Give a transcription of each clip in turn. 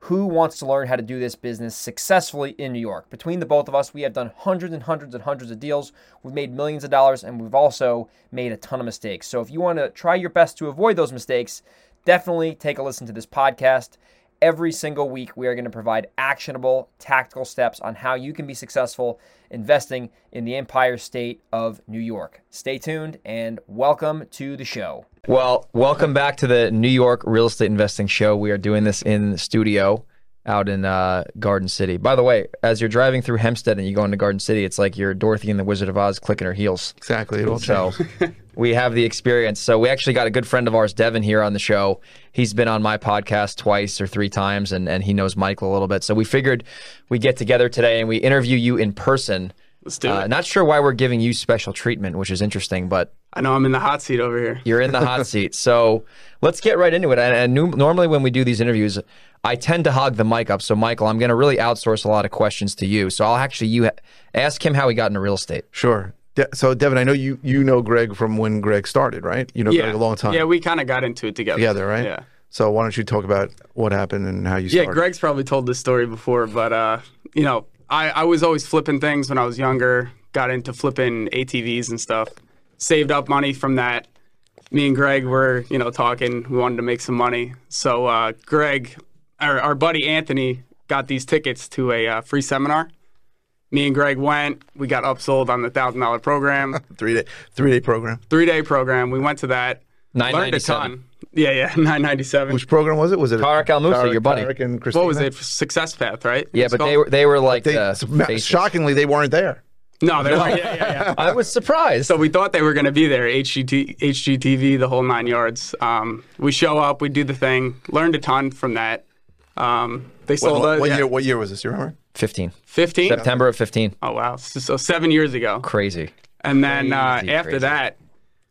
who wants to learn how to do this business successfully in New York. Between the both of us, we have done hundreds and hundreds and hundreds of deals. We've made millions of dollars and we've also made a ton of mistakes. So if you want to try your best to avoid those mistakes, definitely take a listen to this podcast. Every single week, we are going to provide actionable, tactical steps on how you can be successful investing in the Empire State of New York. Stay tuned and welcome to the show. Well, welcome back to the New York Real Estate Investing Show. We are doing this in the studio out in uh, Garden City. By the way, as you're driving through Hempstead and you go into Garden City, it's like you're Dorothy in the Wizard of Oz clicking her heels. Exactly. It all So we have the experience. So we actually got a good friend of ours, Devin, here on the show. He's been on my podcast twice or three times, and, and he knows Michael a little bit. So we figured we get together today and we interview you in person. Let's do Uh, it. not sure why we're giving you special treatment, which is interesting, but I know I'm in the hot seat over here. you're in the hot seat. So let's get right into it. And, and nu- normally when we do these interviews, I tend to hog the mic up. So Michael, I'm going to really outsource a lot of questions to you. So I'll actually you ha- ask him how he got into real estate. Sure. De- so Devin, I know you you know Greg from when Greg started, right? You know Greg a long time Yeah, we kind of got into it together. together, right? Yeah. So why don't you talk about what happened and how you Yeah, started? Greg's probably told this story before, but uh, you know, I, I was always flipping things when I was younger. Got into flipping ATVs and stuff. Saved up money from that. Me and Greg were, you know, talking. We wanted to make some money. So uh, Greg, our, our buddy Anthony, got these tickets to a uh, free seminar. Me and Greg went. We got upsold on the thousand dollar program, Three day three day program. three day program. We went to that. Learned a 997. ton. Yeah, yeah, 997. Which program was it? Was it Tarek El Moussa, Tarek- your buddy. Tarek and Christina? what was it? Success Path, right? Yeah, It's but they called- were they were like They, the so- ma- faces. shockingly, they weren't there. No, they were. Yeah, yeah, yeah. I was surprised. So we thought they were going to be there, HGT, HGTV, the whole nine yards. Um, we show up, we do the thing, learned a ton from that. Um, they What, sold us what yeah, year? What year was this? You remember? 15 15. September of 15. Oh wow, so, so seven years ago. Crazy. And then uh, Crazy, after crazy. that,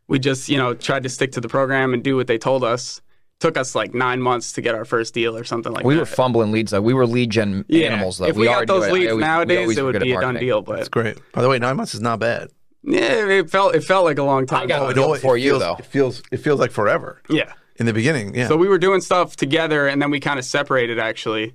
we just you know tried to stick to the program and do what they told us. Took us like nine months to get our first deal or something like We that. were fumbling leads though. We were lead gen Yeah. animals though. If we, are got those doing- I leads always- we nowadays, always it were would good at be a done marketing. deal. But It's great. By the way, nine months is not bad. yeah, it felt it felt like a long time. got ago. Oh, it all- before it you, feels, though. It feels it feels like forever yeah. in the beginning. Yeah. So we were doing stuff together, and then we kind of separated. Actually,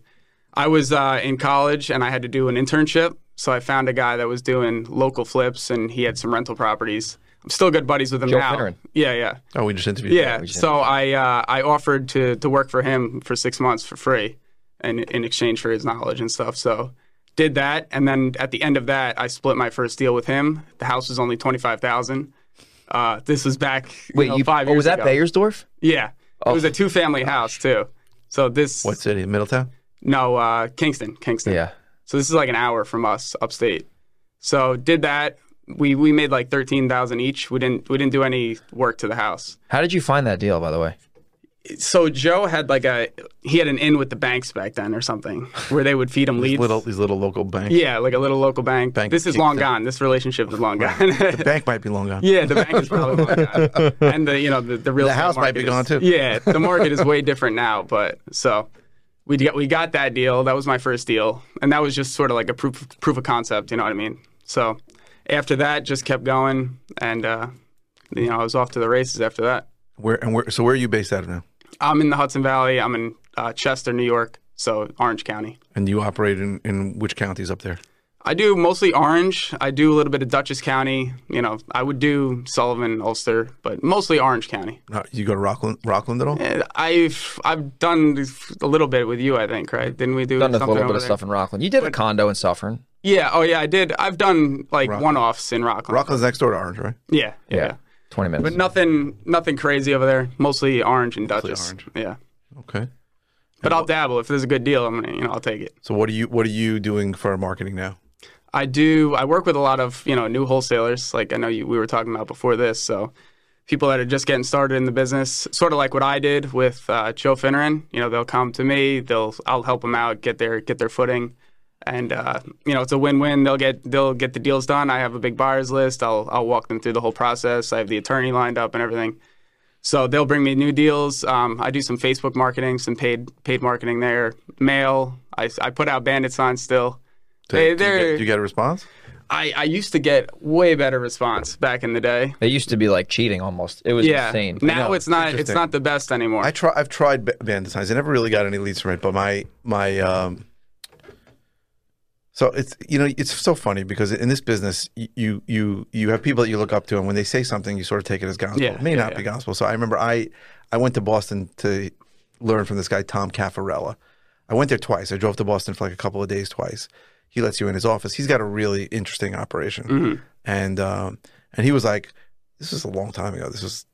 I was uh, in college, and I had to do an internship. So I found a guy that was doing local flips, and he had some rental properties. I'm still good buddies with him Joe now. Finneran. Yeah, yeah, oh, we just interviewed. yeah. him. so I uh, I offered to to work for him for six months for free, and in exchange for his knowledge and stuff. So did that, and then at the end of that, I split my first deal with him. The house was only twenty five thousand. Uh, this was back you Wait, know, you five oh, years was that Oh. ago. Bayersdorf? Yeah. It was a two family house too. So this What city? Middletown. no, uh Kingston, Kingston. Yeah. So this is like an hour from us upstate. So did that. We we made like 13,000 each. We didn't we didn't do any work to the house. How did you find that deal by the way? So Joe had like a he had an in with the banks back then or something where they would feed him leads. Little these little local banks. yeah, like a little local bank. Bank this is Kingston. long gone. This relationship is long gone. The bank might be long gone. Yeah, the bank is probably long gone. And the you know the, the real The estate house might be market is- gone, too. Yeah, the market is way different now. But so we got we got that deal. That was my first deal, and that was just sort of like a proof proof of concept. You know what I mean? So after that, just kept going, and uh, you know I was off to the races after that. Where and where? So where are you based out of now? I'm in the Hudson Valley. I'm in uh, Chester, New York, so Orange County. And you operate in, in which counties up there? I do mostly Orange. I do a little bit of Dutchess County. You know, I would do Sullivan, Ulster, but mostly Orange County. Not, you go to Rockland, Rockland at all? Eh, I've I've done this- a little bit with you, I think, right? Didn't we do Done a little something bit over of there? stuff in Rockland. You did a condo in Suffern. Yeah. Oh, yeah. I did. I've done like Rockland. one-offs in Rockland. Rockland's next door to Orange, right? Yeah, yeah. Yeah. 20 minutes. But nothing nothing crazy over there. Mostly orange and Dutchess. orange. Yeah. Okay. But I'll dabble if there's a good deal. I'm gonna, you know, I'll take it. So what are you what are you doing for marketing now? I do. I work with a lot of you know new wholesalers. Like I know you, we were talking about before this. So people that are just getting started in the business, sort of like what I did with uh, Joe Finneran. You know, they'll come to me. They'll I'll help them out get their get their footing, and uh, you know it's a win-win. They'll get they'll get the deals done. I have a big buyers list. I'll I'll walk them through the whole process. I have the attorney lined up and everything. So they'll bring me new deals. Um, I do some Facebook marketing, some paid paid marketing there. Mail. I, I put out bandit signs still. Do- They, do, you they're, get, do you get a response? I, I used to get way better response back in the day. It used to be like cheating almost. It was yeah. insane. Now know, it's not it's interesting. not the best anymore. I try. I've tried ba- band designs. I never really got any leads from it. But my my um. So it's you know it's so funny because in this business y- you you you have people that you look up to and when they say something you sort of take it as gospel. Yeah, it may yeah, not be gospel. So I remember I I went to Boston to learn from this guy Tom Caffarella. I went there twice. I drove to Boston for like a couple of days twice. He lets you in his office. He's got a really interesting operation, Mm-hmm. and um, and he was like, "This was a long time ago. This was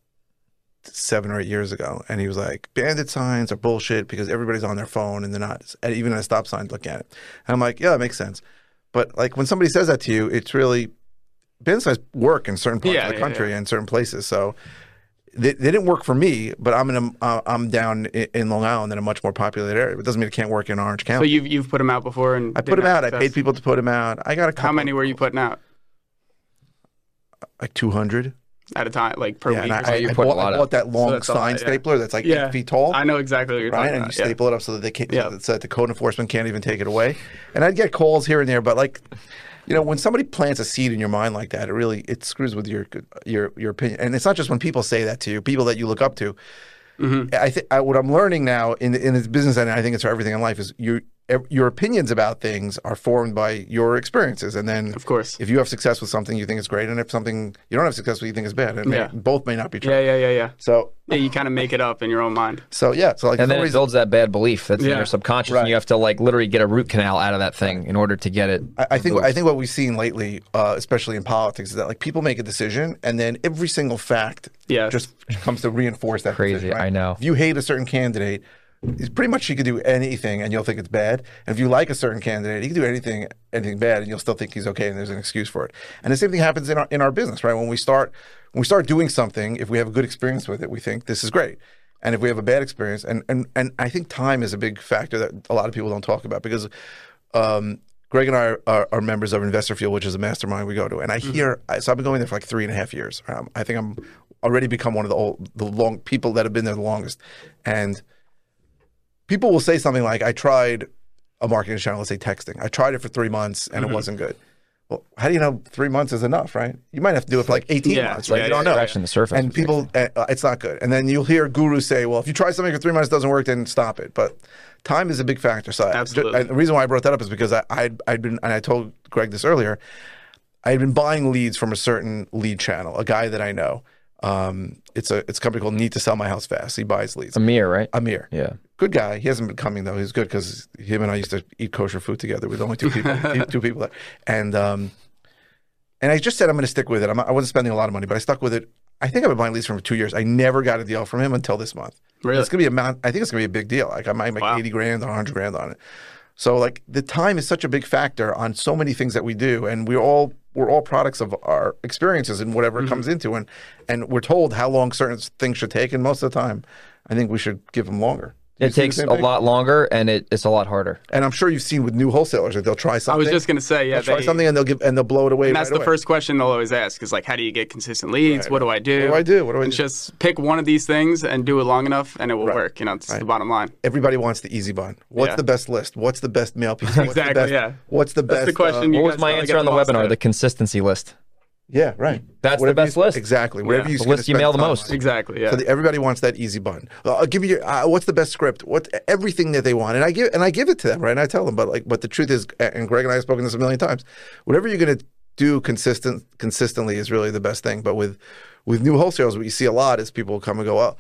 seven or eight years ago, and he was like, "Bandit signs are bullshit because everybody's on their phone and they're not and even at a stop sign looking at it." And I'm like, "Yeah, that makes sense," but like when somebody says that to you, it's really bandit signs work in certain parts Yeah, of the yeah, country and certain places. So they, they didn't work for me, but I'm in a, uh, I'm down in, in Long Island in a much more populated area. It doesn't mean it can't work in Orange but County. you've you've put them out before and I put them out. I paid people to put them out. I got a couple, How many were you putting out Like 200. at a time, like per Yeah, and week? or I, something? I- you I put a bought, lot I of- bought that long So that's a lot, sign yeah. stapler that's like Yeah. eight feet tall. I know exactly what you're right? talking And you about. yeah. staple it up so that they can't, Yeah. so that the code enforcement can't even take it away. And I'd get calls here and there, but like, you know, when somebody plants a seed in your mind like that, it really it screws with your your your opinion. And it's not just when people say that to you, people that you look up to. Mm-hmm. I think what I'm learning now in in this business, and I think it's for everything in life, is your ev- your opinions about things are formed by your experiences, and then Of course. if you have success with something, you think it's great, and if something you don't have success with, you think it's bad, and may- Yeah. both may not be true. Yeah, yeah, yeah, yeah. So, Yeah, you kind of make it up in your own mind. so yeah, so like and then it if somebody's- builds that bad belief that's in Yeah. your subconscious, Right. and you have to like literally get a root canal out of that thing in order to get it. I, I think I think what we've seen lately, uh, especially in politics, is that like people make a decision and then every single fact Yeah. just comes to reinforce that. Crazy, decision, right? I know. If you hate a certain candidate, it's pretty much he could do anything and you'll think it's bad. And if you like a certain candidate, he can do anything, anything bad, and you'll still think he's okay and there's an excuse for it. And the same thing happens in our in our business, right? When we start when we start doing something, if we have a good experience with it, we think this is great. And if we have a bad experience, and and and I think time is a big factor that a lot of people don't talk about because um, Greg and I are, are, are members of Investor Fuel, which is a mastermind we go to. And Mm-hmm. I hear, I, so I've been going there for like three and a half years. Um, I think I'm already become one of the old, the long people that have been there the longest. And people will say something like, I tried a marketing channel, let's say texting. I tried it for three months and Mm-hmm. it wasn't good. Well, how do you know three months is enough, right? You might have to do it for like 18 Yeah, months, right? yeah, you yeah, don't know. scratching the surface And with people, uh, it's not good. And then you'll hear gurus say, well, if you try something for three months, it doesn't work, then stop it. But time is a big factor. So I- Absolutely. and the reason why I brought that up is because I, I'd, I'd been, and I told Greg this earlier, I had been buying leads from a certain lead channel, a guy that I know. Um, it's a it's a company called Need to Sell My House Fast. He buys leads. Amir, right? Amir, yeah. good guy. He hasn't been coming though. He's good because him and I used to eat kosher food together. We're the only two people, two, two people there. And um, and I just said I'm going to stick with it. I'm, not- I wasn't spending a lot of money, but I stuck with it. I think I've been buying leads from him for two years. I never got a deal from him until this month. Really? It's gonna be a mount. I think it's gonna be a big deal. Like I might make Wow. eighty grand or hundred grand on it. So like the time is such a big factor on so many things that we do, and we're all we're all products of our experiences and whatever Mm-hmm. it comes into, and and we're told how long certain things should take, and most of the time, I think we should give them longer. You It see the takes same a thing? lot longer, and it, it's a lot harder. and I'm sure you've seen with new wholesalers that they'll try I something. was just gonna say, yeah, they'll try they- something and they'll give and they'll blow it away. and that's right the away. first question they'll always ask is like, how do you get consistent leads? What do I do? What do I do? What do I and do? just pick one of these things and do it long enough, and it will work. You know, it's the bottom line. Everybody wants the easy bond. What's Yeah. the best list? What's the best mail piece? What's Exactly, The best, yeah. What's the That's best the question. uh, What you was guys my probably answer get on the most webinar? at. The consistency list. yeah, right. That's the you- best list. Exactly. Whatever you The gonna list you spend mail the time most. on. Exactly. Yeah. So the, everybody wants that easy bun. Uh, I'll give you your, uh, what's the best script? What everything that they want, and I give and I give it to them, right? And I tell them, but like, but the truth is, and Greg and I have spoken this a million times. Whatever you're going to do consistent consistently is really the best thing. But with with new wholesalers, what you see a lot is people come and go. Oh,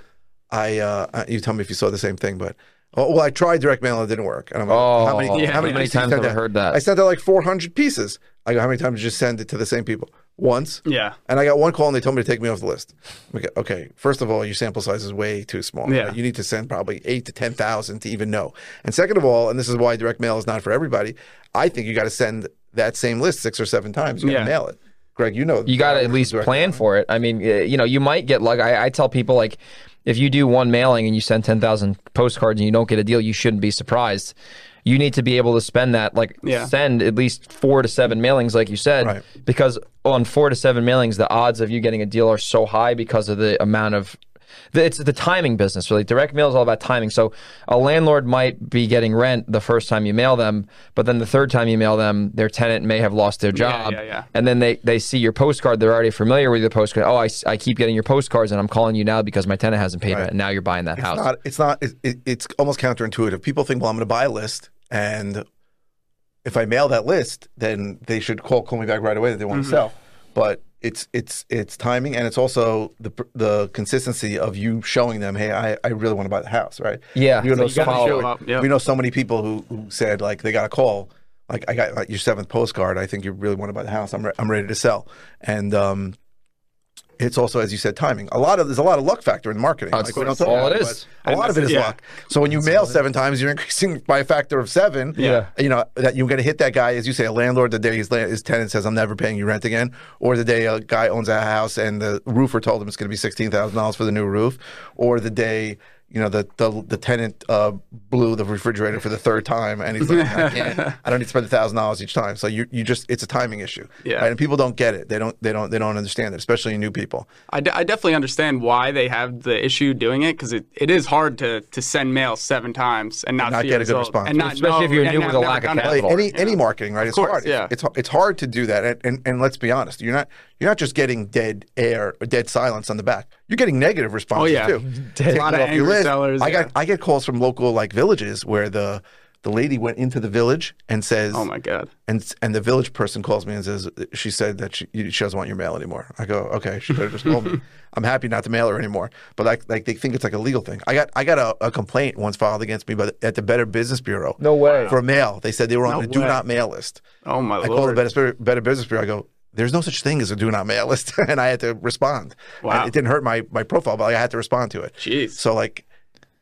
I uh, uh, you tell me if you saw the same thing, but. Oh, well, I tried direct mail and it didn't work. And I'm like, Oh, how many, yeah. how many, How many pieces you times sent have I heard that? I sent out like 400 pieces. I go, how many times did you send it to the same people? Once. yeah. And I got one call and they told me to take me off the list. We go, okay, first of all, your sample size is way too small. Yeah. You need to send probably eight to 10,000 to even know. And second of all, and this is why direct mail is not for everybody, I think you got to send that same list six or seven times. You got to Yeah. mail it. Greg, you know. You got to at least plan for it. I mean, uh, you know, you might get like I, I tell people like, if you do one mailing and you send ten thousand postcards and you don't get a deal, you shouldn't be surprised. you need to be able to spend that, like Yeah. send at least four to seven mailings, like you said, Right. because on four to seven mailings, the odds of you getting a deal are so high because of the amount of. the- It's the timing business, really. Direct mail is all about timing. So a landlord might be getting rent the first time you mail them, but then the third time you mail them, their tenant may have lost their job. yeah, yeah. And then they, they see your postcard. They're already familiar with your postcard. Oh, I, s- I keep getting your postcards, and I'm calling you now because my tenant hasn't paid rent, and now you're buying that house. It's not. It's not. It, it, it's almost counterintuitive. People think, well, I'm going to buy a list, and if I mail that list, then they should call call me back right away that they want Mm-hmm. to sell. But it's it's it's timing, and it's also the pr- the consistency of you showing them, hey, I, I really want to buy the house, right? Yeah. you know, So you so gotta many- show up, yeah. we know so many people who, who said like they got a call. Like I got like, your seventh postcard. I think you really want to buy the house. I'm re- I'm ready to sell, and um, it's also as you said, timing. A lot of there's a lot of luck factor in marketing. That's we don't all talk about it but is. A lot of it is Yeah. luck. So when you mail seven times, you're increasing by a factor of seven. Yeah. You know that you're going to hit that guy, as you say, a landlord the day his, land, his tenant says, "I'm never paying you rent again," or the day a guy owns a house and the roofer told him it's going to be sixteen thousand dollars for the new roof, or the day you know the the, the tenant uh, blew the refrigerator for the third time and he's like, "I can't, I don't need to spend thousand dollars each time." So you you just it's a timing issue, Yeah. right? And people don't get it. They don't they don't they don't understand it, especially new people. I, de- I definitely understand why they have the issue doing it because it, it is hard to, to send mail seven times and not, not see get a good result, response. and not Especially know- if you're and new have with a never lack of done it. capital. Like any any marketing, right? It's course, hard. yeah. It's, it's it's hard to do that, and, and and let's be honest, you're not you're not just getting dead air, or dead silence on the back. You're getting negative responses Oh, yeah. too. Taking lot it of off your angry list. sellers, I got yeah. I get calls from local like villages where the the lady went into the village and says, Oh my god! and and the village person calls me and says she said that she, she doesn't want your mail anymore. I go, okay, she could have just told me. I'm happy not to mail her anymore. But like like they think it's like a legal thing. I got I got a, a complaint once filed against me by the, at the Better Business Bureau. No way. for mail. They said they were on No the do way. not mail list. Oh my I called the lord! Better, Spirit- Better Business Bureau. I go, there's no such thing as a do not mail list, and I had to respond. Wow. And it didn't hurt my my profile, but I had to respond to it. Jeez. So like,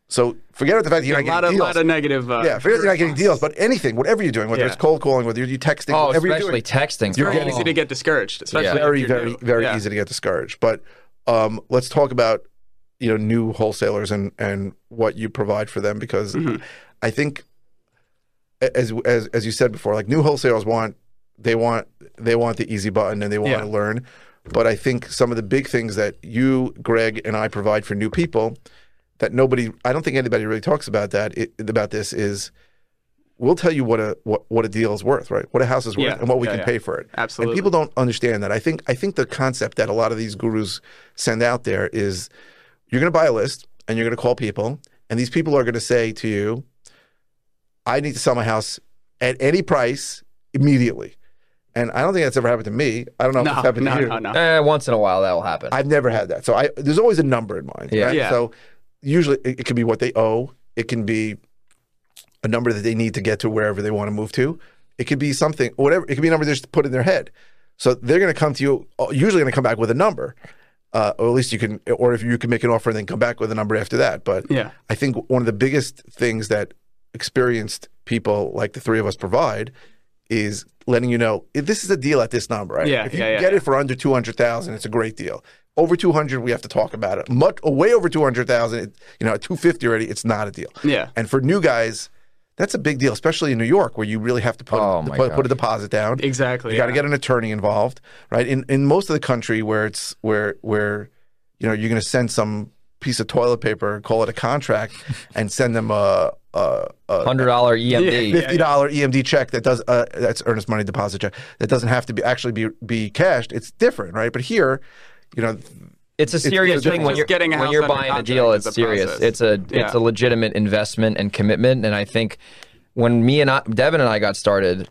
so forget about the fact that you're a not lot getting of deals. lot of negative. Uh, yeah, forget that you're not getting deals, but anything, whatever you're doing, whether Yeah. it's cold calling, whether you're texting, Oh, whatever you're especially doing, texting. It's very Oh. easy to get discouraged, especially if very you're very new. very Yeah. easy to get discouraged. But um, let's talk about you know new wholesalers and and what you provide for them because Mm-hmm. I think a- as as as you said before, like new wholesalers want they want they want the easy button and they want Yeah. to learn. But I think some of the big things that you, Greg, and I provide for new people that nobody I don't think anybody really talks about that it, about this is we'll tell you what a what, what a deal is worth, right? What a house is worth Yeah. and what we Yeah, can yeah. pay for it. Absolutely. And people don't understand that. I think I think the concept that a lot of these gurus send out there is you're going to buy a list and you're going to call people and these people are going to say to you I need to sell my house at any price immediately. And I don't think that's ever happened to me. I don't know if it's No, happened to no, you. no, no. Eh, once in a while that will happen. I've never had that. So I there's always a number in mind. Yeah. right? Yeah. So usually it, it can be what they owe. It can be a number that they need to get to wherever they want to move to. It could be something, whatever. It could be a number they just put in their head. So they're going to come to you, uh, usually going to come back with a number, uh, or at least you can, or if you can make an offer and then come back with a number after that. But Yeah. I think one of the biggest things that experienced people like the three of us provide is letting you know if this is a deal at this number. Right? Yeah, if you yeah, yeah, get it for under two hundred thousand, it's a great deal. Over two hundred, we have to talk about it. Much way over two hundred thousand, you know, at two fifty already, it's not a deal. Yeah. And for new guys, that's a big deal, especially in New York where you really have to put, Oh, to my put, put gosh. a deposit down. Exactly. You got to yeah. get an attorney involved, right? In in most of the country where it's where where you know you're going to send some piece of toilet paper, call it a contract, and send them a a, a Hundred dollar E EMD. fifty dollar EMD check that does uh, that's earnest money deposit check that doesn't have to be actually be be cashed. It's different, right? But here, you know, It's a serious it's a- thing when Just you're getting a when house you're under buying a contract deal. It's is a serious. process. It's a it's Yeah. a legitimate investment and commitment. And I think when me and I, Devin and I got started,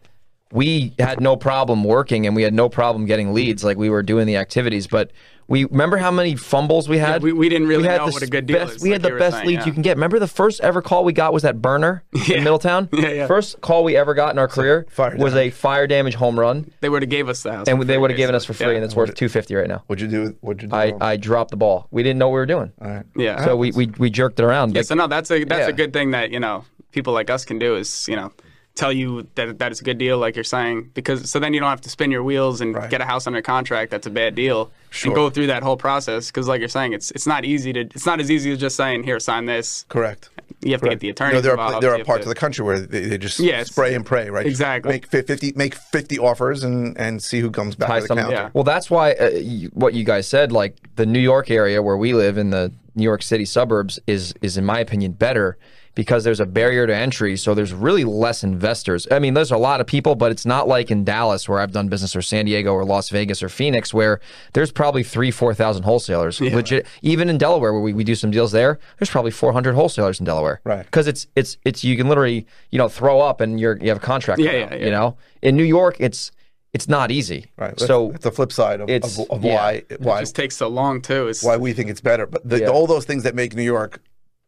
we had no problem working and we had no problem getting leads. Like we were doing the activities, but we remember how many fumbles we had. we- we didn't really had know the what a good deal best- is, We like had the you were best saying, leads yeah. you can get. Remember the first ever call we got was that burner in Middletown. Yeah, yeah. First call we ever got in our career fire was a fire damage home run, They would have gave us the house, and they would have given us for basically. free, and it's worth two fifty right now. what'd you do? What'd you do? I, I dropped the ball. We didn't know what we were doing. Yeah. yeah. So we, we, we jerked it around. Yeah, so no, that's a that's Yeah. a good thing that you know people like us can do is you know tell you that that it's a good deal, like you're saying, because so then you don't have to spin your wheels and get a house under contract that's a bad deal and go through that whole process because, like you're saying, it's it's not easy to it's not as easy as just saying here sign this. correct. you have to get the attorney. You know, there are involved, there you are have parts to- of the country where they, they just Yeah, it's- spray and pray, right? Exactly. Make fi- fifty, make fifty offers, and and see who comes back tie to the something. counter. Yeah. Well, that's why uh, you, what you guys said, like the New York area where we live in the New York City suburbs, is is in my opinion better because there's a barrier to entry. So there's really less investors. I mean, there's a lot of people, but it's not like in Dallas where I've done business, or San Diego, or Las Vegas, or Phoenix, where there's probably three, four thousand wholesalers. Legit. Even in Delaware, where we, we do some deals there, there's probably four hundred wholesalers in Delaware. Right. Because it's it's it's you can literally you know throw up and you're you have a contract. Yeah, now, yeah, yeah. You know, in New York, it's it's not easy. Right. That's, So that's the flip side of, it's- of, of yeah. why why just takes so long too. It's why we think it's better. But the, Yeah. Mm-hmm. all those things that make New York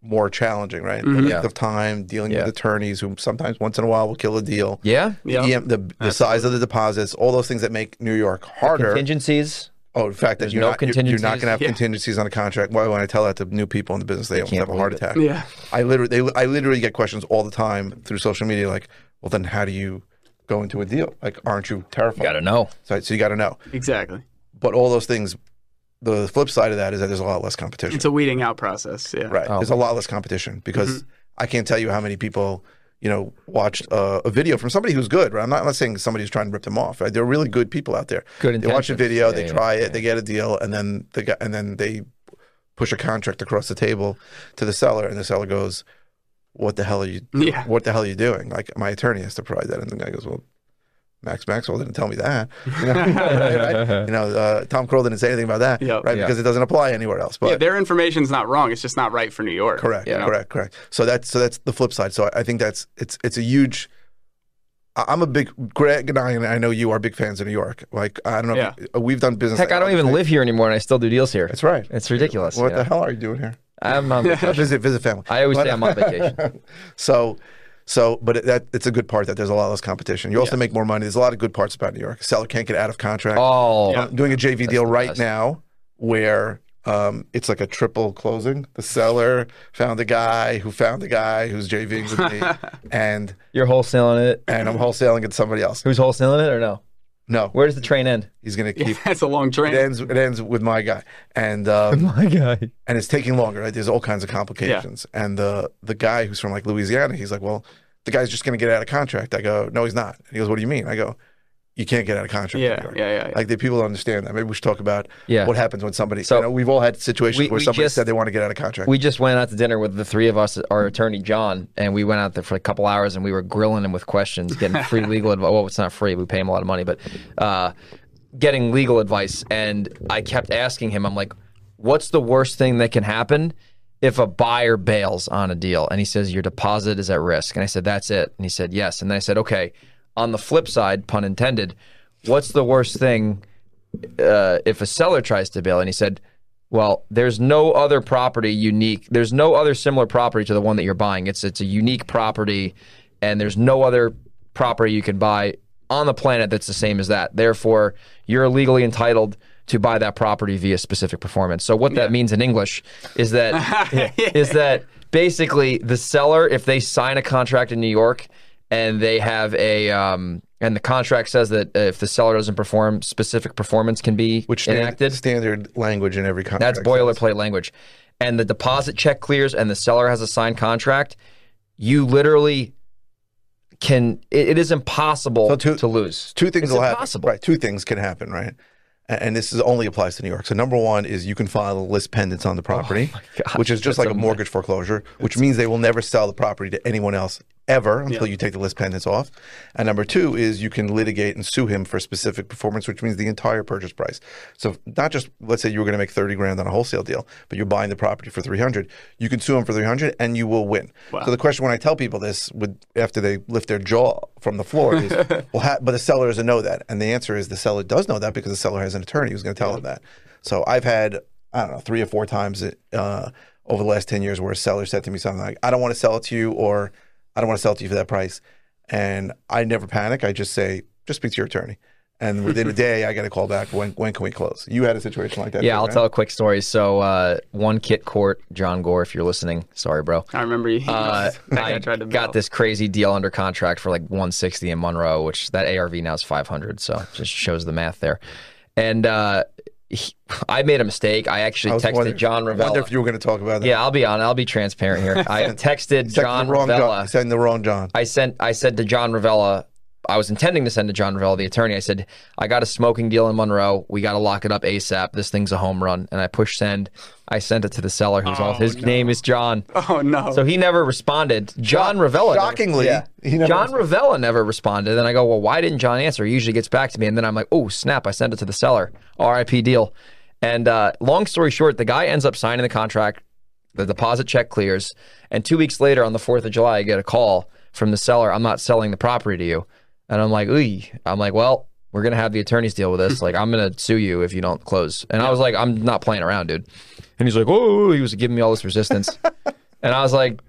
more challenging, right? The length Yeah. of time dealing Yeah. with attorneys who sometimes once in a while will kill a deal. yeah, The Yeah. EM the, the size of the deposits, all those things that make New York harder. contingencies. Oh, the fact that There's you're, no not, you're, you're contingencies. not going to have Yeah. contingencies on a contract. Why when I tell that to new people in the business, they, almost can't have a heart believe attack. yeah, I literally, they, I literally get questions all the time through social media, like, "Well, then how do you go into a deal? Like, aren't you terrified?" Gotta know. So, so you got to know. exactly. But all those things, the flip side of that is that there's a lot less competition. It's a weeding out process. Yeah, Right. Oh. There's a lot less competition because Mm-hmm. I can't tell you how many people, you know, watched uh, a video from somebody who's good. Right. I'm not, I'm not saying somebody's trying to rip them off. Right? There are really good people out there. Good They watch a intentions. video, Yeah, they yeah, try it, they get a deal, and then the guy, and then they push a contract across the table to the seller, and the seller goes, "What the hell are you? Yeah. What the hell are you doing?" Like my attorney has to provide that, and the guy goes, "Well." Max Maxwell didn't tell me that. You know, right? You know, uh, Tom Kroll didn't say anything about that, Yep. right? Yeah. Because it doesn't apply anywhere else. But yeah. Their information's not wrong. It's just not right for New York. Correct. you know? Correct. Correct. So that's so that's the flip side. So I, I think that's it's it's a huge. I- I'm a big Greg and I, and I know you are big fans of New York. Like I don't know, if you- we've done business. Heck, I don't even live here anymore, and I still do deals here. That's right. It's ridiculous. what you the know? hell are you doing here? I'm on vacation. visit visit family. I always But- say I'm on vacation. So, so, but it, that it's a good part that there's a lot less competition. You also make more money. There's a lot of good parts about New York. Seller can't get out of contract. Oh, Yeah. I'm doing a JV deal right best. now where um, it's like a triple closing. The seller found a guy who found a guy who's JVing with me, and you're wholesaling it. and I'm wholesaling it to somebody else. Who's wholesaling it or no? No, Where does the train end? he's gonna Yeah, keep. that's a long It train. ends. It ends with my guy, and um, My guy. and it's taking longer. Right? There's all kinds of complications. And the the guy who's from like Louisiana, he's like, well, the guy's just gonna get out of contract. I go, no, he's not. And he goes, what do you mean? I go, you can't get out of contract. in New Yeah, York." yeah, yeah. yeah. Like the people don't understand that. Maybe we should talk about Yeah. what happens when somebody. So- you know, we've all had situations We- where we somebody just- said they want to get out of contract. We just went out to dinner with the three of us, our attorney John, and we went out there for a couple hours, and we were grilling him with questions, getting free legal advice. Well, it's not free; we pay him a lot of money, but uh, getting legal advice. And I kept asking him, I'm like, "What's the worst thing that can happen?" If a buyer bails on a deal and he says your deposit is at risk, and I said, That's it. And he said, Yes. And then I said, Okay, on the flip side, pun intended, what's the worst thing uh, if a seller tries to bail? And he said, well, there's no other property unique. There's no other similar property to the one that you're buying. It's it's a unique property, and there's no other property you can buy on the planet that's the same as that. Therefore, you're legally entitled to buy that property via specific performance. So what that means in English is that is that basically the seller, if they sign a contract in New York and they have a um, and the contract says that if the seller doesn't perform, specific performance can be which stand- enacted. standard language in every contract. That's boilerplate language. And the deposit check clears and the seller has a signed contract, you literally can it, it is impossible So to, to- lose. Two things It's will impossible. happen. Right. Two things can happen. Right. A- And this is only applies to New York. So number one is you can file a list pendants on the property, Oh God, which is just like a mortgage foreclosure, which means they will never sell the property to anyone else ever until you take the list pendants off. And number two is you can litigate and sue him for specific performance, which means the entire purchase price. So not just let's say you were going to make thirty grand on a wholesale deal, but you're buying the property for three hundred. You can sue him for three hundred, and you will win. So the question when I tell people this, would after they lift their jaw from the floor, is well, ha- but the seller doesn't know that, and the answer is the seller does know that because the seller has an attorney who's going to tell him that. So I've had I don't know three or four times uh, over the last ten years where a seller said to me something like, "I don't want to sell it to you," or "I don't want to sell it to you for that price," and I never panic. I just say, "Just speak to your attorney." And within a day, I get a call back. When when can we close? You had a situation like that. Yeah, too, I'll right? tell a quick story. So uh, one kit court, John Gore, if you're listening, sorry, bro. I remember you. Uh, that guy I tried to bail. got this crazy deal under contract for like 160 in Monroe, which that ARV now is 500. So it just shows the math there. And uh, he- I made a mistake. I actually I was texted wondering- John Wonder Ravella. if you were going to talk about that. yeah, I'll be on. I'll be transparent here. I texted Sent the John wrong Ravella. John. Send the wrong John. I sent I said to John Ravella, I was intending to send to John Ravella, the attorney. I said, I got a smoking deal in Monroe. We got to lock it up ASAP. This thing's a home run. And I pushed send. I sent it to the seller himself. His name is John. Oh no. So he never responded. John Ravella. never- Shockingly, he never John Ravella never responded. Then I go, well, why didn't John answer? He usually gets back to me. And then I'm like, oh, snap, I sent it to the seller. RIP deal. And uh, long story short, the guy ends up signing the contract. The deposit check clears. And two weeks later, on the 4th of July, I get a call from the seller. I'm not selling the property to you. And I'm like, ooh, I'm like, well, we're going to have the attorneys deal with this. Like, I'm going to sue you if you don't close. And I was like, I'm not playing around, dude. And he's like, oh, he was giving me all this resistance. and I was like,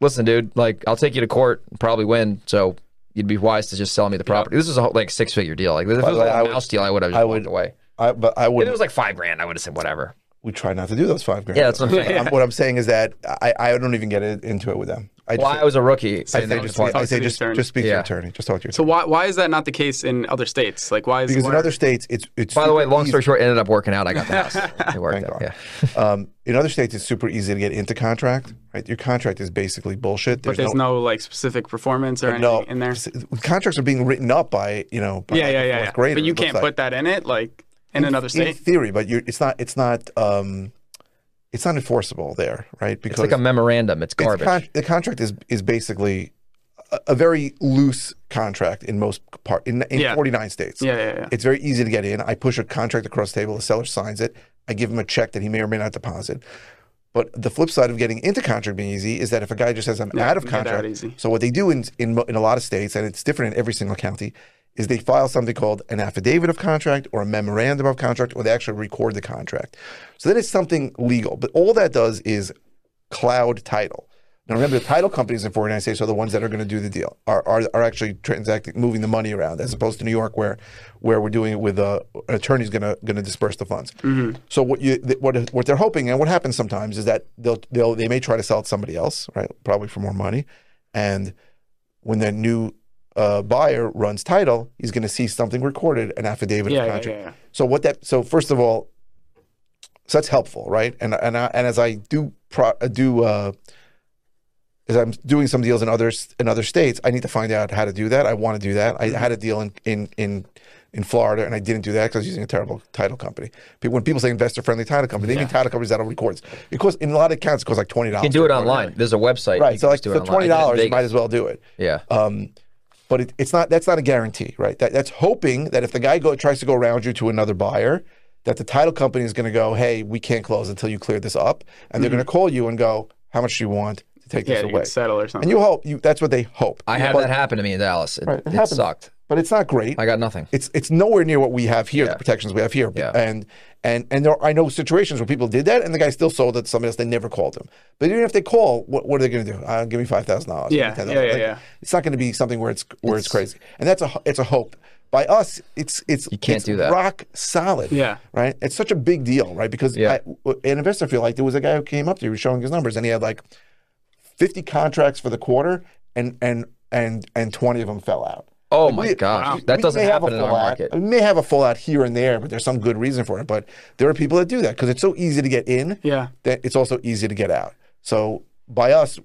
listen, dude, like I'll take you to court and probably win. So you'd be wise to just sell me the property. This is a whole, like six figure deal. Like if it was the way, like I a would- mouse deal, I would have just I walked would- away. I, but I If it would. was like five grand, I would have said whatever. we try not to do those five grand. Yeah, that's what I'm saying. I'm, what I'm saying is that I, I don't even get it, into it with them. I just, Well, I was a rookie. I and say that was just, the part- I Talk say to the just, attorney. just speak to your Yeah. attorney. Just talk to your attorney. So why why is that not the case in other states? Like why is because in why- other states, it's it's. By the super way, long easy- story short, it ended up working out. I got the house. It worked Thank out. God. Yeah. um, in other states, it's super easy to get into contract. Right, your contract is basically bullshit. but there's no, like specific performance or anything no in there. s- Contracts are being written up by you know. By Yeah, like yeah, a yeah. fourth yeah. grader, But it you looks can't like. put that in it, like in another in state. theory, but you're, it's not it's not um, it's not enforceable there, right? It's Because like a memorandum. It's it's garbage. con- the contract is is basically a, a very loose contract in most part in, in Yeah. 49 states. Yeah, yeah, yeah. It's very easy to get in. I push a contract across the table. The seller signs it. I give him a check that he may or may not deposit. But the flip side of getting into contract being easy is that if a guy just says I'm Yeah, out of you can get out contract, easy. so what they do in, in mo- in a lot of states, and it's different in every single county, is they file something called an affidavit of contract or a memorandum of contract, or they actually record the contract. So then it's something legal. But all that does is cloud title. Now remember, the title companies in 49 states are the ones that are going to do the deal, are, are, are actually transacting, moving the money around, as opposed to New York, where where we're doing it with a, an attorney's going to going to disperse the funds. So what you th- what what they're hoping and what happens sometimes is that they'll they'll they may try to sell it to somebody else, right? Probably for more money, and when the new uh, buyer runs title, he's going to see something recorded, an affidavit Yeah, of yeah, contract. yeah, yeah. So what that so first of all, so that's helpful, right? And and I, and as I do pro, uh, do uh, as I'm doing some deals in others in other states, I need to find out how to do that. I want to do that. Mm-hmm. I had a deal in in in in Florida, and I didn't do that because I was using a terrible title company. People, when people say investor-friendly title company, they mean title companies that'll record. It costs in a lot of accounts, it costs like twenty dollars. You can do it online. There's a website. right? You So can like just do it online. I did so twenty it in dollars, you Vegas. might as well do it. Yeah. Um, but it, it's not. That's not a guarantee, right? That, that's hoping that if the guy go, tries to go around you to another buyer, that the title company is going to go, "Hey, we can't close until you clear this up," and they're going to call you and go, "How much do you want to take Mm-hmm. Yeah, this you away?" could settle or something. And you hope you. That's what they hope. I had but, that happen to me in Dallas. It, it it happens. sucked. but it's not great. I got nothing. it's it's nowhere near what we have here, the protections we have here. Yeah. And and and there, I know situations where people did that, and the guy still sold it to somebody else. They never called him. But even if they call, what, what are they going to do? Uh, give me five thousand dollars. Yeah, yeah, yeah, yeah. It's not going to be something where it's where it's, crazy. And that's a ho- it's a hope. By us, it's it's you can't it's do that. rock solid. Yeah. Right. It's such a big deal, right? Because Yeah. I, an investor feel like there was a guy who came up to you, he was showing his numbers, and he had like 50 contracts for the quarter and and and and 20 of them fell out. Oh Like, my we- gosh. we- That we doesn't may have a happen in our fallout. market. We may have a fallout here and there, but there's some good reason for it. But there are people that do that because it's so easy to get in yeah. that it's also easy to get out. So by us,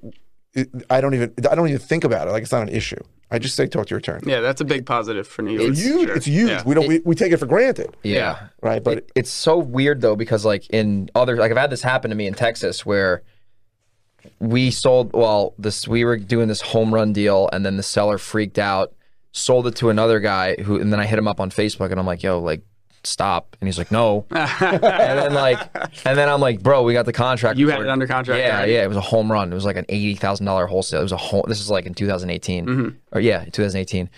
it- I don't even I don't even think about it. Like it's not an issue. I just say talk to your attorney. Yeah, that's a big positive for New York. It's huge. sure. It's huge. Yeah. We don't we, we take it for granted, yeah. right? But It- it's so weird though because like in other like I've had this happen to me in Texas where we sold well this we were doing this home run deal and then the seller freaked out sold it to another guy who and then I hit him up on Facebook and I'm like yo like stop and he's like no and then like and then I'm like bro we got the contract You had for- it under contract yeah already. yeah it was a home run it was like an eighty thousand dollar wholesale it was a whole this is like in 2018 Mm-hmm. or yeah 2018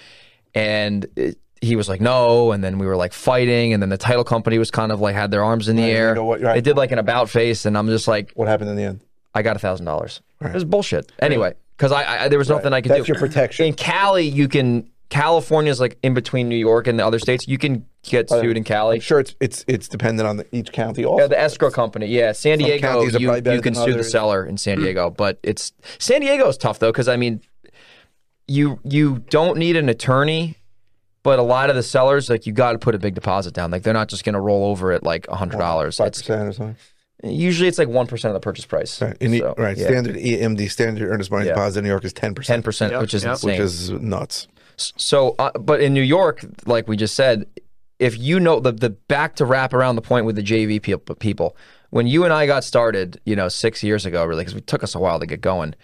and it, he was like no and then we were like fighting and then the title company was kind of like had their arms in the air know what- right. they did like an about face and I'm just like what happened in the end? I got a thousand dollars. It was bullshit. Anyway, because I, I there was nothing I could That's do. your protection. In Cali, you can California's like in between New York and the other states. You can get sued in Cali. Oh, I'm sure it's it's it's dependent on the, each county. Also, Yeah, the escrow company. Yeah, San Diego. counties are You, probably better you can than sue the others. seller in Hmm. San Diego, but it's San Diego's tough though because I mean, you you don't need an attorney But a lot of the sellers, like you got to put a big deposit down. Like they're not just going to roll over at like hundred dollars. five percent or something. Usually it's like one percent of the purchase price. Right, In the- So, right. yeah. Standard EMD, standard earnest money Yeah. deposit in New York is ten Ten percent, percent, Yep, which is yep. insane. which is nuts. So, uh, but in New York, like we just said, if you know the the back to wrap around the point with the JV peop- people, when you and I got started, you know, six years ago, really, because it took us a while to get going.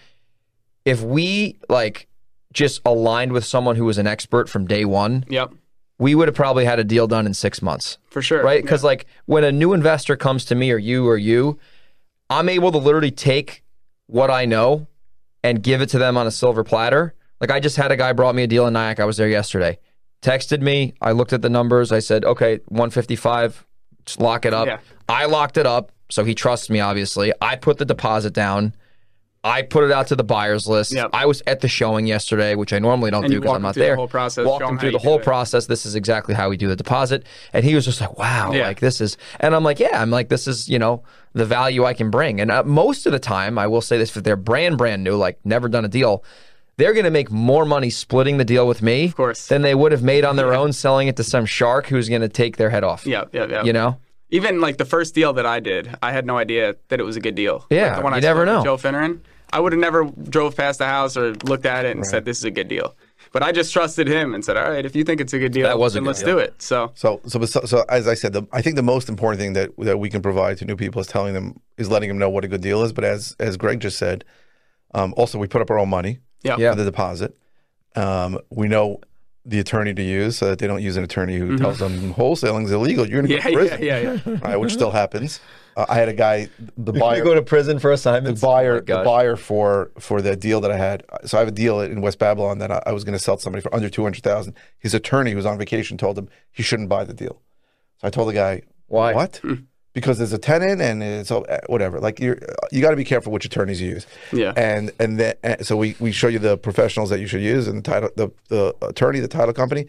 If we like just aligned with someone who was an expert from day one, Yep, we would have probably had a deal done in six months for sure. right? Because like when a new investor comes to me or you or you, I'm able to literally take what I know and give it to them on a silver platter. Like I just had a guy brought me a deal in Nyack. I was there yesterday. Texted me. I looked at the numbers. I said, okay, 155. Just lock it up. Yeah. I locked it up, so he trusts me. Obviously, I put the deposit down. I put it out to the buyers list. Yep. I was at the showing yesterday, which I normally don't And do you because walk I'm them not through the there. whole process, Walk show them 'em through how the you do whole it. process. This is exactly how we do the deposit. And he was just like, wow, Yeah. like this is, and I'm like, yeah, I'm like, this is, you know, the value I can bring. And uh, most of the time, I will say this, if they're brand, brand new, like never done a deal, they're going to make more money splitting the deal with me of course. than they would have made on their own selling it to some shark who's going to take their head off. Yeah, yeah, yeah. You know? even like the first deal that I did, I had no idea that it was a good deal. Yeah, Like, the one you I never sold to know. Joe Finneran, I would have never drove past the house or looked at it and said this is a good deal. But I just trusted him and said, all right, if you think it's a good deal, That was a then good let's deal. do it. So So, so, so, so as I said, the, I think the most important thing that that we can provide to new people is telling them is letting them know what a good deal is. But as as Greg just said, um, also we put up our own money yeah, Yeah. for the deposit. Um, we know the attorney to use so that they don't use an attorney who tells them wholesaling's illegal. You're going to Mm-hmm. yeah, go to yeah, prison, yeah, yeah. Right, which still happens. Uh, I had a guy, the buyer, to prison for the assignments. buyer, the gosh. buyer for for the deal that I had. So I have a deal in West Babylon that I, I was going to sell to somebody for under two hundred thousand. His attorney, who was on vacation, told him he shouldn't buy the deal. So I told the guy, Why? What? Because there's a tenant and it's all, eh, whatever. Like you're, you got to be careful which attorneys you use. Yeah. And and then eh, so we we show you the professionals that you should use and the title the the attorney the title company.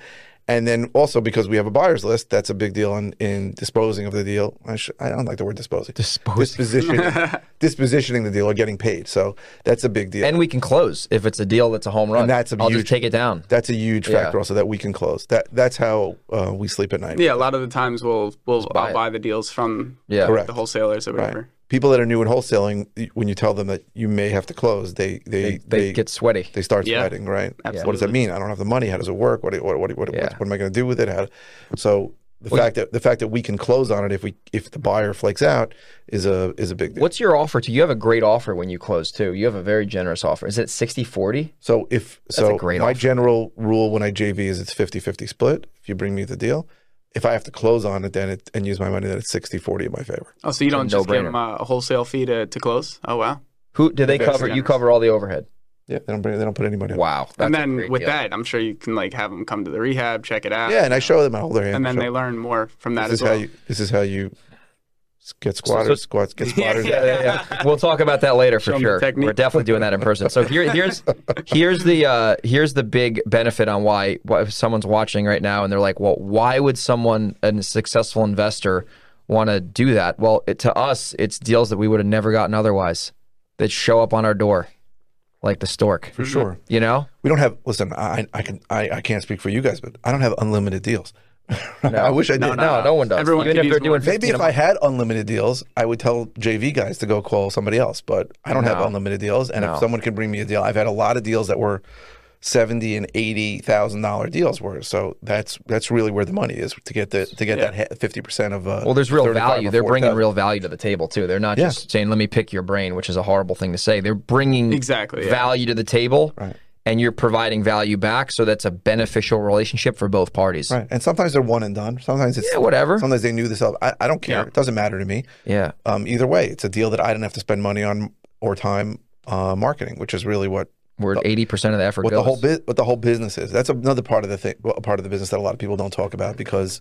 And then also because we have a buyer's list, that's a big deal in, in disposing of the deal. I, sh- I don't like the word disposing. Disposing. Dispositioning, dispositioning the deal or getting paid. So that's a big deal. And we can close if it's a deal that's a home run. And that's a I'll huge- just take it down. that's a huge Yeah. factor also that we can close. That that's how uh, we sleep at night. Yeah, a lot of the times we'll we'll buy I'll it. buy the deals from Yeah. Correct. the wholesalers or whatever. People that are new in wholesaling, y- when you tell them that you may have to close, they they They, they get sweaty. they start Yeah. sweating, right? What does that mean? I don't have the money. How does it work? What do- what what, what, Yeah. what, am I going to do with it? How, so the fact that the fact that we can close on it if we if the buyer flakes out is a is a big deal. What's your offer to you have a great offer when you close too. You have a very generous offer. Is it 60-40? So if so, a great my offer. general rule when I JV is it's 50-50 split. If you bring me the deal, if I have to close on it, then it, and use my money, then it's 60-40 in my favor. Oh, so you don't just give no-brainer. them a wholesale fee to, to close? Oh wow. Who do they Very cover? You generous. cover all the overhead. Yeah, they don't bring, they don't put any money. on it. Wow. that's and a then great with deal. that, I'm sure you can like have them come to the rehab, check it out. Yeah, and I show them, I hold their hand, and then show they learn more from that them, this as is how well. you this is how you s- get squatters, squats, get squatters. yeah, yeah. we'll talk about that later for 'em the sure. technique. We're definitely doing that in person. So here, here's here's the uh, here's the big benefit on why, why if someone's watching right now and they're like, well, why would someone a successful investor want to do that? Well, it, to us, it's deals that we would have never gotten otherwise that show up on our door, like the stork. For sure. You know, We don't have. Listen, I I can I, I can't speak for you guys, but I don't have unlimited deals. I wish I did. no, no one does. Everyone Even could if they're use more. doing Maybe 15 if I had unlimited deals, I would tell JV guys to go call somebody else, but I don't have No. unlimited deals. And No. if someone can bring me a deal, I've had a lot of deals that were seventy and eighty thousand dollar deals were. So that's that's really where the money is to get the to get that fifty percent of. Uh, Well, there's real 35 or value. They're bringing 40,000. real value to the table too. They're not just saying, "Let me pick your brain," which is a horrible thing to say. They're bringing Exactly, yeah. value to the table, and you're providing value back. So that's a beneficial relationship for both parties. Right. And sometimes they're one and done. Sometimes it's Yeah, whatever. Sometimes they knew this. I, I don't care. It doesn't matter to me. Yeah, Um, either way, it's a deal that I didn't have to spend money on or time uh, marketing, which is really what where eighty percent of the effort what goes. the whole bit what the whole business is. That's another part of the thing, well, part of the business that a lot of people don't talk about because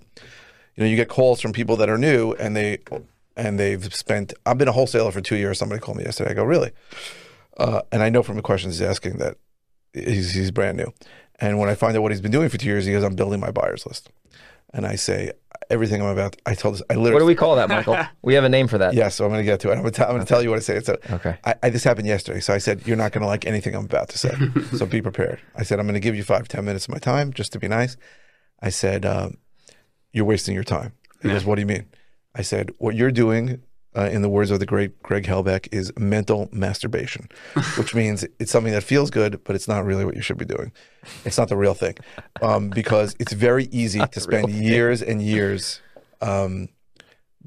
you know you get calls from people that are new and they and they've spent. I've been a wholesaler for two years. Somebody called me yesterday. I go really, uh, and I know from the questions he's asking that he's, he's brand new. And when I find out what he's been doing for two years, he goes, "I'm building my buyers list," and I say everything I'm about. I told this. I literally what do we call that, Michael? we have a name for that. yeah, so I'm going to get to it. I'm going to, I'm going to tell you what I say. So Okay. I, I, this happened yesterday. So I said, you're not going to like anything I'm about to say. so be prepared. I said, I'm going to give you five, ten minutes of my time just to be nice. I I said, um, "You're wasting your time." He goes, "What do you mean?" I said, "What you're doing." Uh, in the words of the great Greg Helbeck, is mental masturbation, which means it's something that feels good, but it's not really what you should be doing. It's not the real thing, um, because it's very easy to spend years and years um,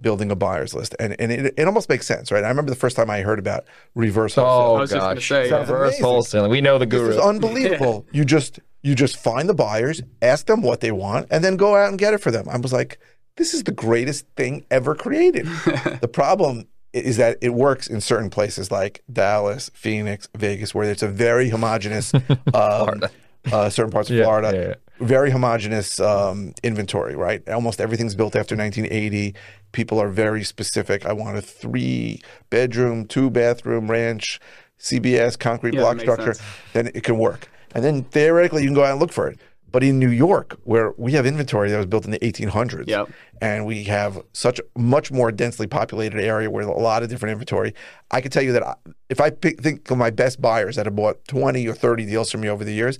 building a buyer's list, and and it, it almost makes sense, right? I remember the first time I heard about reverse wholesale. Oh was just gonna gosh, say, yeah. reverse Amazing. wholesaling. We know the This guru. is unbelievable. You just you just find the buyers, ask them what they want, and then go out and get it for them. I was like, this is the greatest thing ever created. the problem i- is that it works in certain places like Dallas, Phoenix, Vegas, where it's a very homogenous um, uh, certain parts of Yeah, Florida. yeah, yeah. Very homogenous um, inventory, right? Almost everything's built after 1980. People are very specific. I want a three bedroom, two bathroom ranch, CBS concrete Yeah, that block makes structure sense. then it can work. And then theoretically, you can go out and look for it. But in New York, where we have inventory that was built in the 1800s, Yep. and we have such much more densely populated area with a lot of different inventory, I can tell you that I, if I pick, think of my best buyers that have bought 20 or 30 deals from me over the years,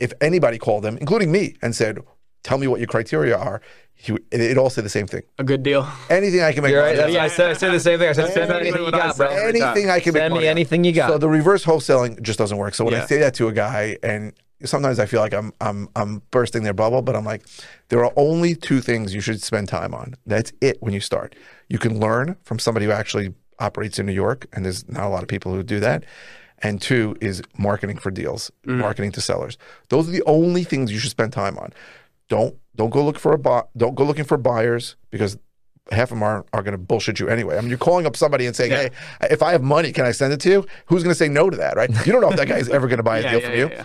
if anybody called them, including me, and said, "Tell me what your criteria are," he, would- they'd all say the same thing. A good deal. Anything I can make You're money right. That's on. what I said. I said the same thing. I said, send me anything you what I got, bro. said. Every time. anything I can make Send money me on. anything you So got. the reverse wholesaling just doesn't work. So when I Yeah. say that to a guy, and sometimes I feel like I'm I'm I'm bursting their bubble, but I'm like, there are only two things you should spend time on. That's it when you start. You can learn from somebody who actually operates in New York, and there's not a lot of people who do that. And two is marketing for deals, marketing to sellers. Those are the only things you should spend time on. Don't don't go look for a bu- don't go looking for buyers because half of them are, are going to bullshit you anyway. I mean, you're calling up somebody and saying, "Hey, if I have money, can I send it to you?" Who's going to say no to that, right? You don't know if that guy's ever going to buy a Yeah, deal yeah, from yeah, you. yeah.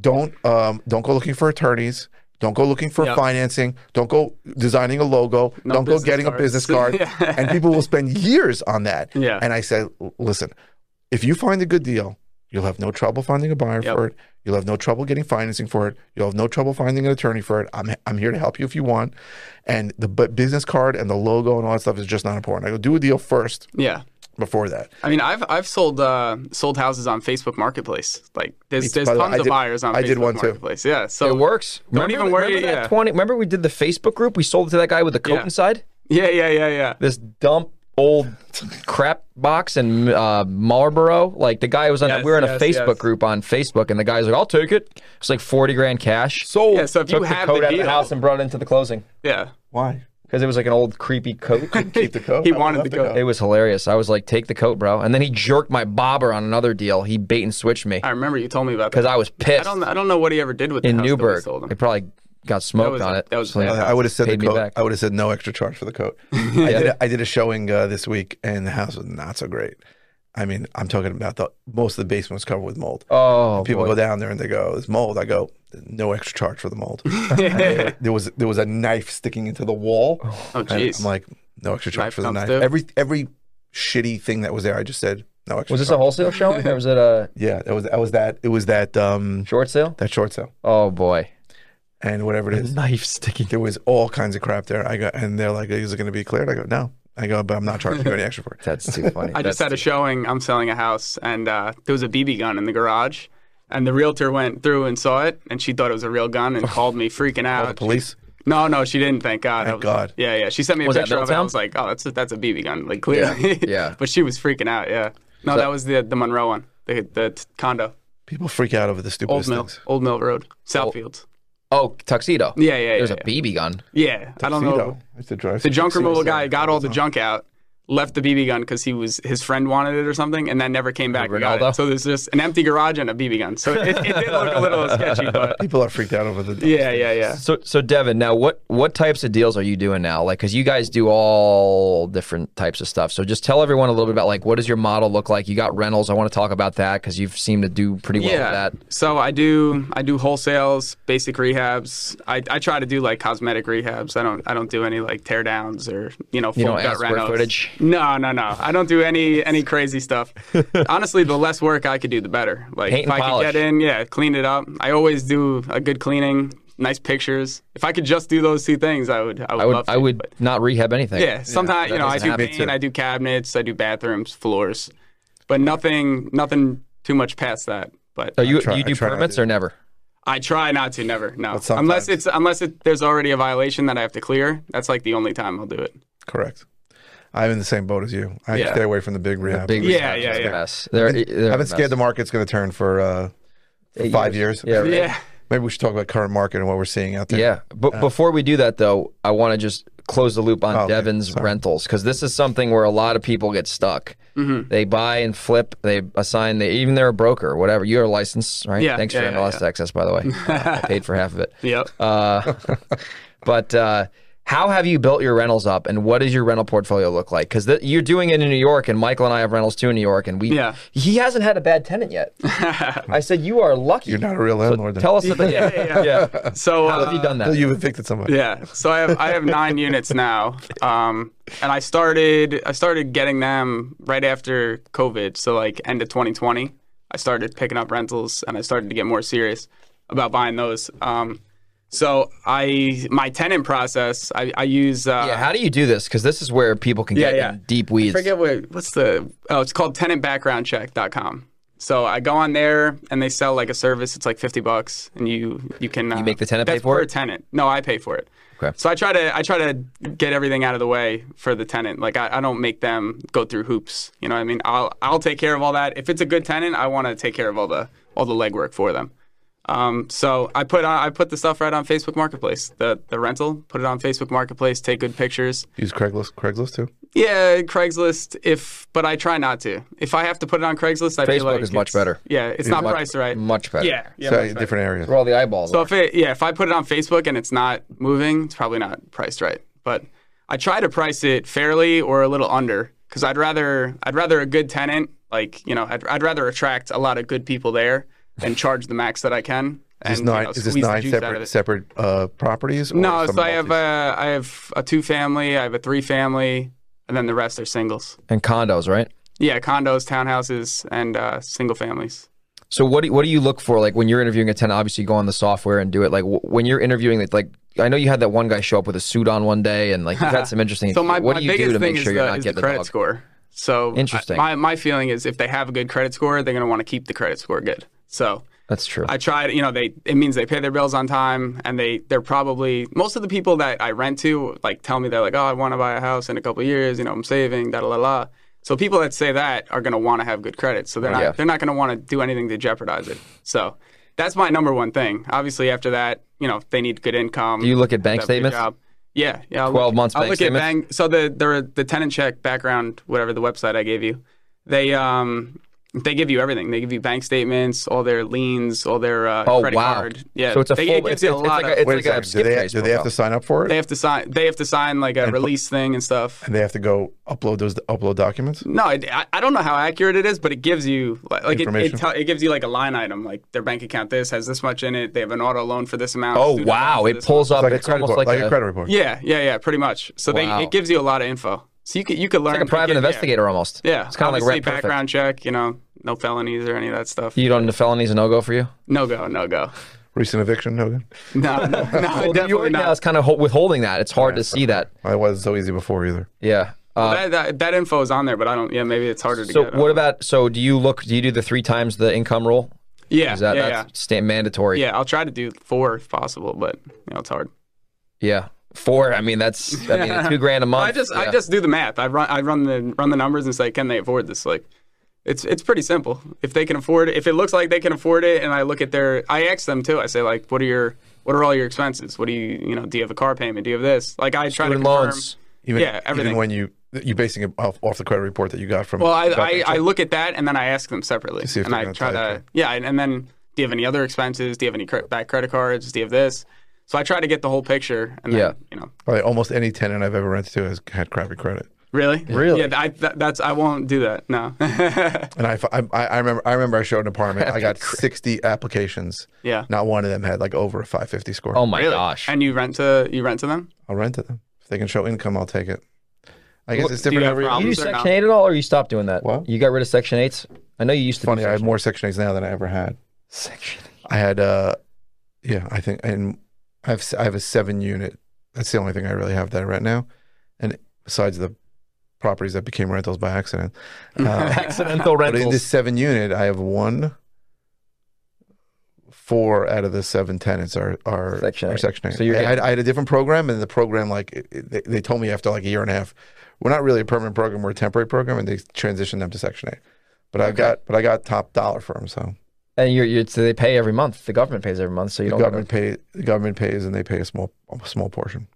Don't um, don't go looking for attorneys. Don't go looking for Yeah. financing. Don't go designing a logo. No don't go business getting a cards. business card. Yeah. And people will spend years on that. Yeah. And I said, listen, if you find a good deal, you'll have no trouble finding a buyer Yep. for it. You'll have no trouble getting financing for it. You'll have no trouble finding an attorney for it. I'm I'm here to help you if you want. And the bu- business card and the logo and all that stuff is just not important. I go do a deal first Yeah. before that. I mean, I've I've sold uh, sold houses on Facebook Marketplace. Like, there's there's By the way, tons I of did- buyers on I Facebook did one too. Marketplace. Yeah, so It works. Don't even worry, Remember that yeah. 20, remember we did the Facebook group? We sold it to that guy with the coat Yeah. inside? Yeah, yeah, yeah, yeah. This dump old crap box in uh, Marlboro. Like the guy was on, Yes, we were in a yes, Facebook yes. group on Facebook and the guy's like, I'll take it. It's like 40 grand cash. So Yeah, so if you Took the have coat out of deal, the house and brought it into the closing yeah, why? because it was like an old creepy coat. Keep the coat. I He would wanted love the coat. It was hilarious. I was like, take the coat, bro. And then he jerked my bobber on another deal. He bait and switched me I remember you told me about that. because I was I pissed don't I don't know what he ever did with the in house that we Newburgh. sold him. He probably got smoked was- on it. that was So, yeah. bad. I would have said the Paid me coat. back. I would have said no extra charge for the coat. I, did a, I did a showing uh, this week, and the house was not so great. I mean, I'm talking about the most of the basement was covered with mold. Oh, People boy. go down there and they go, "There's mold." I go, "No extra charge for the mold." And they- there was there was a knife sticking into the wall. Oh, And jeez. I'm like, "No extra charge Knife for the comes knife." too? Every every shitty thing that was there, I just said, "No extra." Was this a charge." wholesale showing or was it a Yeah, that was that was that. It was that um short sale? that short sale Oh boy, and whatever it is. knife sticking. there was all kinds of crap there. I go, and they're like, "Is it going to be cleared?" I go, "No." I go, "But I'm not charging you any extra for it." That's too funny. I just had a showing. I'm selling a house, and uh, there was a BB gun in the garage. And the realtor went through and saw it, and she thought it was a real gun, and called me freaking out. The police. No, no, she didn't. Thank God. That was- God. Yeah, yeah. She sent me a Was that picture of it. I Middletown? was like, oh, that's a, that's a BB gun, like clearly. Yeah. yeah. but she was freaking out. Yeah. No, that was the the Monroe one, the the t- condo, People freak out over the Old stupidest Mill, things. Old Mill Road, Southfields. oh tuxedo. Yeah, yeah, yeah. There's yeah. a BB gun. yeah. I don't know. Tuxedo. I used to drive The junk tuxedos. removal guy got all the junk out, left the BB gun because he was his friend wanted it or something, and then never came back. and got it. Ronaldo? So there's just an empty garage and a BB gun. So it, it did look a little sketchy, but People are freaked out over the. yeah, yeah, yeah. So so Devin, now what what types of deals are you doing now? Like, cause you guys do all different types of stuff. So just tell everyone a little bit about like what does your model look like? You got rentals. I want to talk about that because you've seemed to do pretty well with that. So I do I do wholesales, basic rehabs. I, I try to do like cosmetic rehabs. I don't I don't do any like teardowns or you know full don't gut add square renos. footage? No, no, no. I don't do any any crazy stuff. Honestly, the less work I could do, the better. Like Paint and if I polish. could get in, yeah, clean it up. I always do a good cleaning, nice pictures. If I could just do those two things, I would I would, I would love to. I would but- not rehab anything. yeah, sometimes you know I doesn't do happen. Me paint, too. I do cabinets, I do bathrooms, floors, but nothing nothing too much past that. But Are you try- you I do try not permits to. or never? I try not to, never, no. sometimes- Unless it's unless it, there's already a violation that I have to clear. That's like the only time I'll do it. Correct. I'm in the same boat as you. I Yeah. stay away from the big rehab. Big Yeah, restructuring yeah, is the yeah. best. They're, they're I've been the scared best. the market's going to turn for uh, Eight five years. Yeah, right. Yeah. Maybe we should talk about current market and what we're seeing out there. Yeah, but before we do that though, I want to just close the loop on Uh, Oh, okay. Devin's rentals because this is something where a lot of people get stuck. Mm-hmm. They buy and flip. They assign. They even they're a broker, whatever. You're a license, right? Yeah, Thanks yeah, for yeah, MLS access, by the way. Uh, I paid for half of it. Yep. Uh, but uh, how have you built your rentals up, and what does your rental portfolio look like? Because you're doing it in New York, and Michael and I have rentals too in New York, and we Yeah. he hasn't had a bad tenant yet. I said you are lucky. You're not a real landlord. then. Tell us about yeah, yeah, so How uh, have you done that? You've evicted somebody. Yeah. So I have I have nine units now, um, and I started I started getting them right after COVID. So like end of 2020, I started picking up rentals, and I started to get more serious about buying those. Um, so I my tenant process I, I use uh, Yeah, how do you do this? Because this is where people can Yeah, get yeah. in deep weeds. I forget what what's the oh it's called tenantbackgroundcheck.com. So I go on there and they sell like a service. It's like fifty bucks, and you you can uh, make the tenant that's pay for per it? Tenant? No, I pay for it. Okay. So I try to I try to get everything out of the way for the tenant. Like I, I don't make them go through hoops. You know what I mean? I'll I'll take care of all that. If it's a good tenant, I want to take care of all the all the legwork for them. Um, so I put on, I put the stuff right on Facebook Marketplace. The the rental, put it on Facebook Marketplace. Take good pictures. Use Craigslist. Craigslist too. Yeah, Craigslist. If but I try not to. If I have to put it on Craigslist, I Facebook feel like is much it's- better. Yeah, it's not priced right. Much better. yeah, yeah. so much better. different areas. For all the eyeballs. So if it yeah, if I put it on Facebook and it's not moving, it's probably not priced right. But I try to price it fairly or a little under because I'd rather I'd rather a good tenant like you know I'd, I'd rather attract a lot of good people there and charge the max that I can. Is this and, you nine, know, is this squeeze the nine juice out of separate it. separate uh, properties? Or No, some so I have uh, multis? a, I have a two family, I have a three family, and then the rest are singles. and condos, right? Yeah, condos, townhouses, and uh, single families. So what do, what do you look for? Like when you're interviewing a tenant, obviously you go on the software and do it. Like w- when you're interviewing, it's like I know you had that one guy show up with a suit on one day, and like you've had some interesting. So my, what my do you biggest do to thing make sure is, you're the, not is the getting the credit dog? score. So I- Interesting. my my feeling is if they have a good credit score, they're gonna want to keep the credit score good. So That's true. I tried, you know, they it means they pay their bills on time and they they're probably most of the people that I rent to like tell me they're like, "Oh, I want to buy a house in a couple years, you know, I'm saving, da da da da." So people that say that are going to want to have good credit. So they're not Yeah. they're not going to want to do anything to jeopardize it. So that's my number one thing. Obviously after that, you know, they need good income. do you look at bank Have a good statements? job. Yeah, yeah. I'll 12 look- months I'll bank look statements? at bank. So the, the the tenant check background, whatever the website I gave you, they um they give you everything. They give you bank statements, all their liens, all their uh, Oh credit wow! card. Yeah. So it's a they, full. It gives you a it's lot like a, of. it's Wait like a a second. Do skip they, trace do they have to sign up for it? They have to sign. They have to sign like a release thing and stuff. and they have to go upload those upload documents. No, I, I- I don't know how accurate it is, but it gives you like like it it, Information. tell it gives you like a line item, like their bank account. This has this much in it. They have an auto loan for this amount. Oh student loan wow! for It this pulls up. It's like a It's credit almost report. like Like, a a credit report. Yeah, yeah, yeah, pretty much. So Wow. they, it gives you a lot of info. So you could you could learn like a private get- yeah. investigator almost. Yeah, it's kind of like obviously rent perfect. background check. You know, no felonies or any of that stuff. You don't the felonies a no go for you. No go, no go. Recent eviction, Hogan. No, no, New York definitely now is not. kind of ho- withholding that. It's hard to see that. Well, It wasn't so easy before either. Yeah. Uh, That, that, that info is on there, but I don't. Yeah, maybe it's harder to So get. uh, what about so do you look do you do the three times the income rule? Yeah, Is that yeah, yeah. that's sta- mandatory? Yeah, I'll try to do four if possible, but you know it's hard. Yeah. Four, I mean that's I mean two grand a month. I just yeah. I just do the math. I run I run the run the numbers and say, can they afford this? Like, it's it's pretty simple. If they can afford it, if it looks like they can afford it, and I look at their, I ask them too. I say like, what are your what are all your expenses? What do you you know? Do you have a car payment? Do you have this? Like I try to Student confirm. loans. Even, Yeah, everything. Even when you you basing it off, off the credit report that you got from. Well, I, got I, the- I look at that and then I ask them separately, see if and they're I gonna try type to it. yeah, and, and then do you have any other expenses? Do you have any cre- back credit cards? Do you have this? So I try to get the whole picture, and then, Yeah. you know, Probably almost any tenant I've ever rented to has had crappy credit. really, Really? yeah. I, that, that's I won't do that. No, And I, I, I remember I remember I showed an apartment. I got sixty applications. Yeah. Not one of them had like over a five fifty score. Oh my Really? gosh. And you rent to you rent to them? I'll rent to them if they can show income. I'll take it. I guess it's do you different have every. Do you do problems? They're section not- eight at all or you stopped doing that? What? You got rid of section eights? I know you used to Funny, do I have section, more Section Eights now than I ever had. section eight. I had uh, yeah, I think, and I have I have a seven unit. That's the only thing I really have that I rent now, and besides the properties that became rentals by accident. Uh, Accidental but in rentals. this seven unit, I have one, four out of the seven tenants are are Section are eight. Section eight. So you're I, had, getting- I had a different program, and the program like it- it- they, they told me after like a year and a half, we're not really a permanent program, we're a temporary program, and they transitioned them to Section eight. But I got but I got top dollar for them, so And you're, you're so they pay every month. The government pays every month, so you the don't. government pay the government pays, and they pay a small a small portion.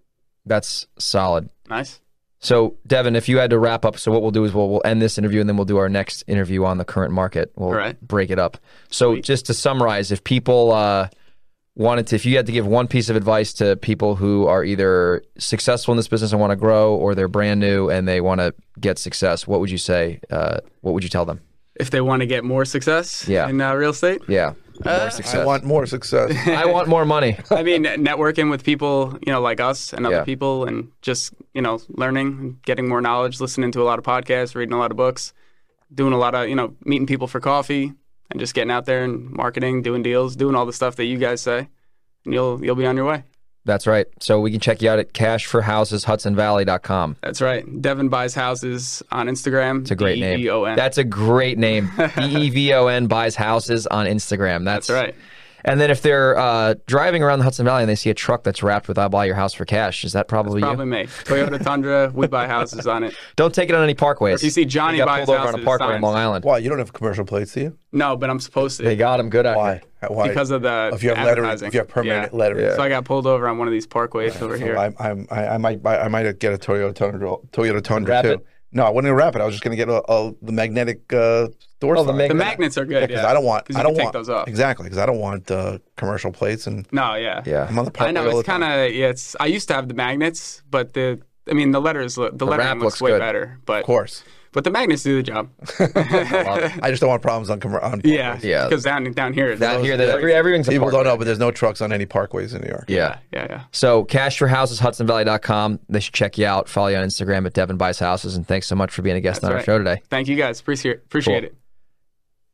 that's solid. Nice. So, Devin, if you had to wrap up, so what we'll do is we'll, we'll end this interview and then we'll do our next interview on the current market. We'll All right. break it up. So, just to summarize, if people uh, wanted to, if you had to give one piece of advice to people who are either successful in this business and want to grow or they're brand new and they want to get success, what would you say? Uh, what would you tell them? If they want to get more success Yeah. in uh, real estate, Yeah. Uh, I want more success. I want more money. I mean, networking with people, you know, like us and other Yeah. people, and just you know, learning, getting more knowledge, listening to a lot of podcasts, reading a lot of books, doing a lot of you know, meeting people for coffee, and just getting out there and marketing, doing deals, doing all the stuff that you guys say, and you'll you'll be on your way. That's right. So, we can check you out at cashforhouseshudsonvalley.com. That's right. Devin buys houses on Instagram. E It's a great name. That's a great name. B E V O N buys houses on Instagram. That's, That's right. And then if they're uh, driving around the Hudson Valley and they see a truck that's wrapped with "I buy your house for cash," is that probably, Probably you? me. Toyota Tundra. we buy houses on it. Don't take it on any parkways. If you see Johnny They got buys pulled over houses, on a parkway in signs. Long Island. Why you don't have commercial plates, do you? No, but I'm supposed to They got him good. at it. Why? Why? because of the if you have lettering, advertising. if you have permanent Yeah. lettering. So I got pulled over on one of these parkways over So here. I'm, I'm, I, I might, buy, I might get a Toyota Tundra, Toyota Tundra Wrap too. it? No, I wasn't gonna wrap it. I was just gonna get a, a the magnetic uh, door. Oh, the sign. mag- the magnets are good. Yeah, 'cause I don't want, 'Cause you I don't can take want those off. exactly because I don't want uh, commercial plates and No, yeah. Yeah. I'm on the I parkway know all it's the time. kind of yeah. It's I used to have the magnets, but the I mean the letters look the, lettering wrap looks, looks way good. better, but Of course, but the magnets do the job. I just don't want problems on commer- on. yeah, parkways. Yeah. Because down down here, it's Down those- here, that every, everything's a people parkway. don't know, but there's no trucks on any parkways in New York. Yeah. yeah, yeah. So cashforhouseshudsonvalley.com. They should check you out. Follow you on Instagram at Devin Buys Houses. And thanks so much for being a guest on That's our show right. today. Thank you guys. Appreciate appreciate Cool. it.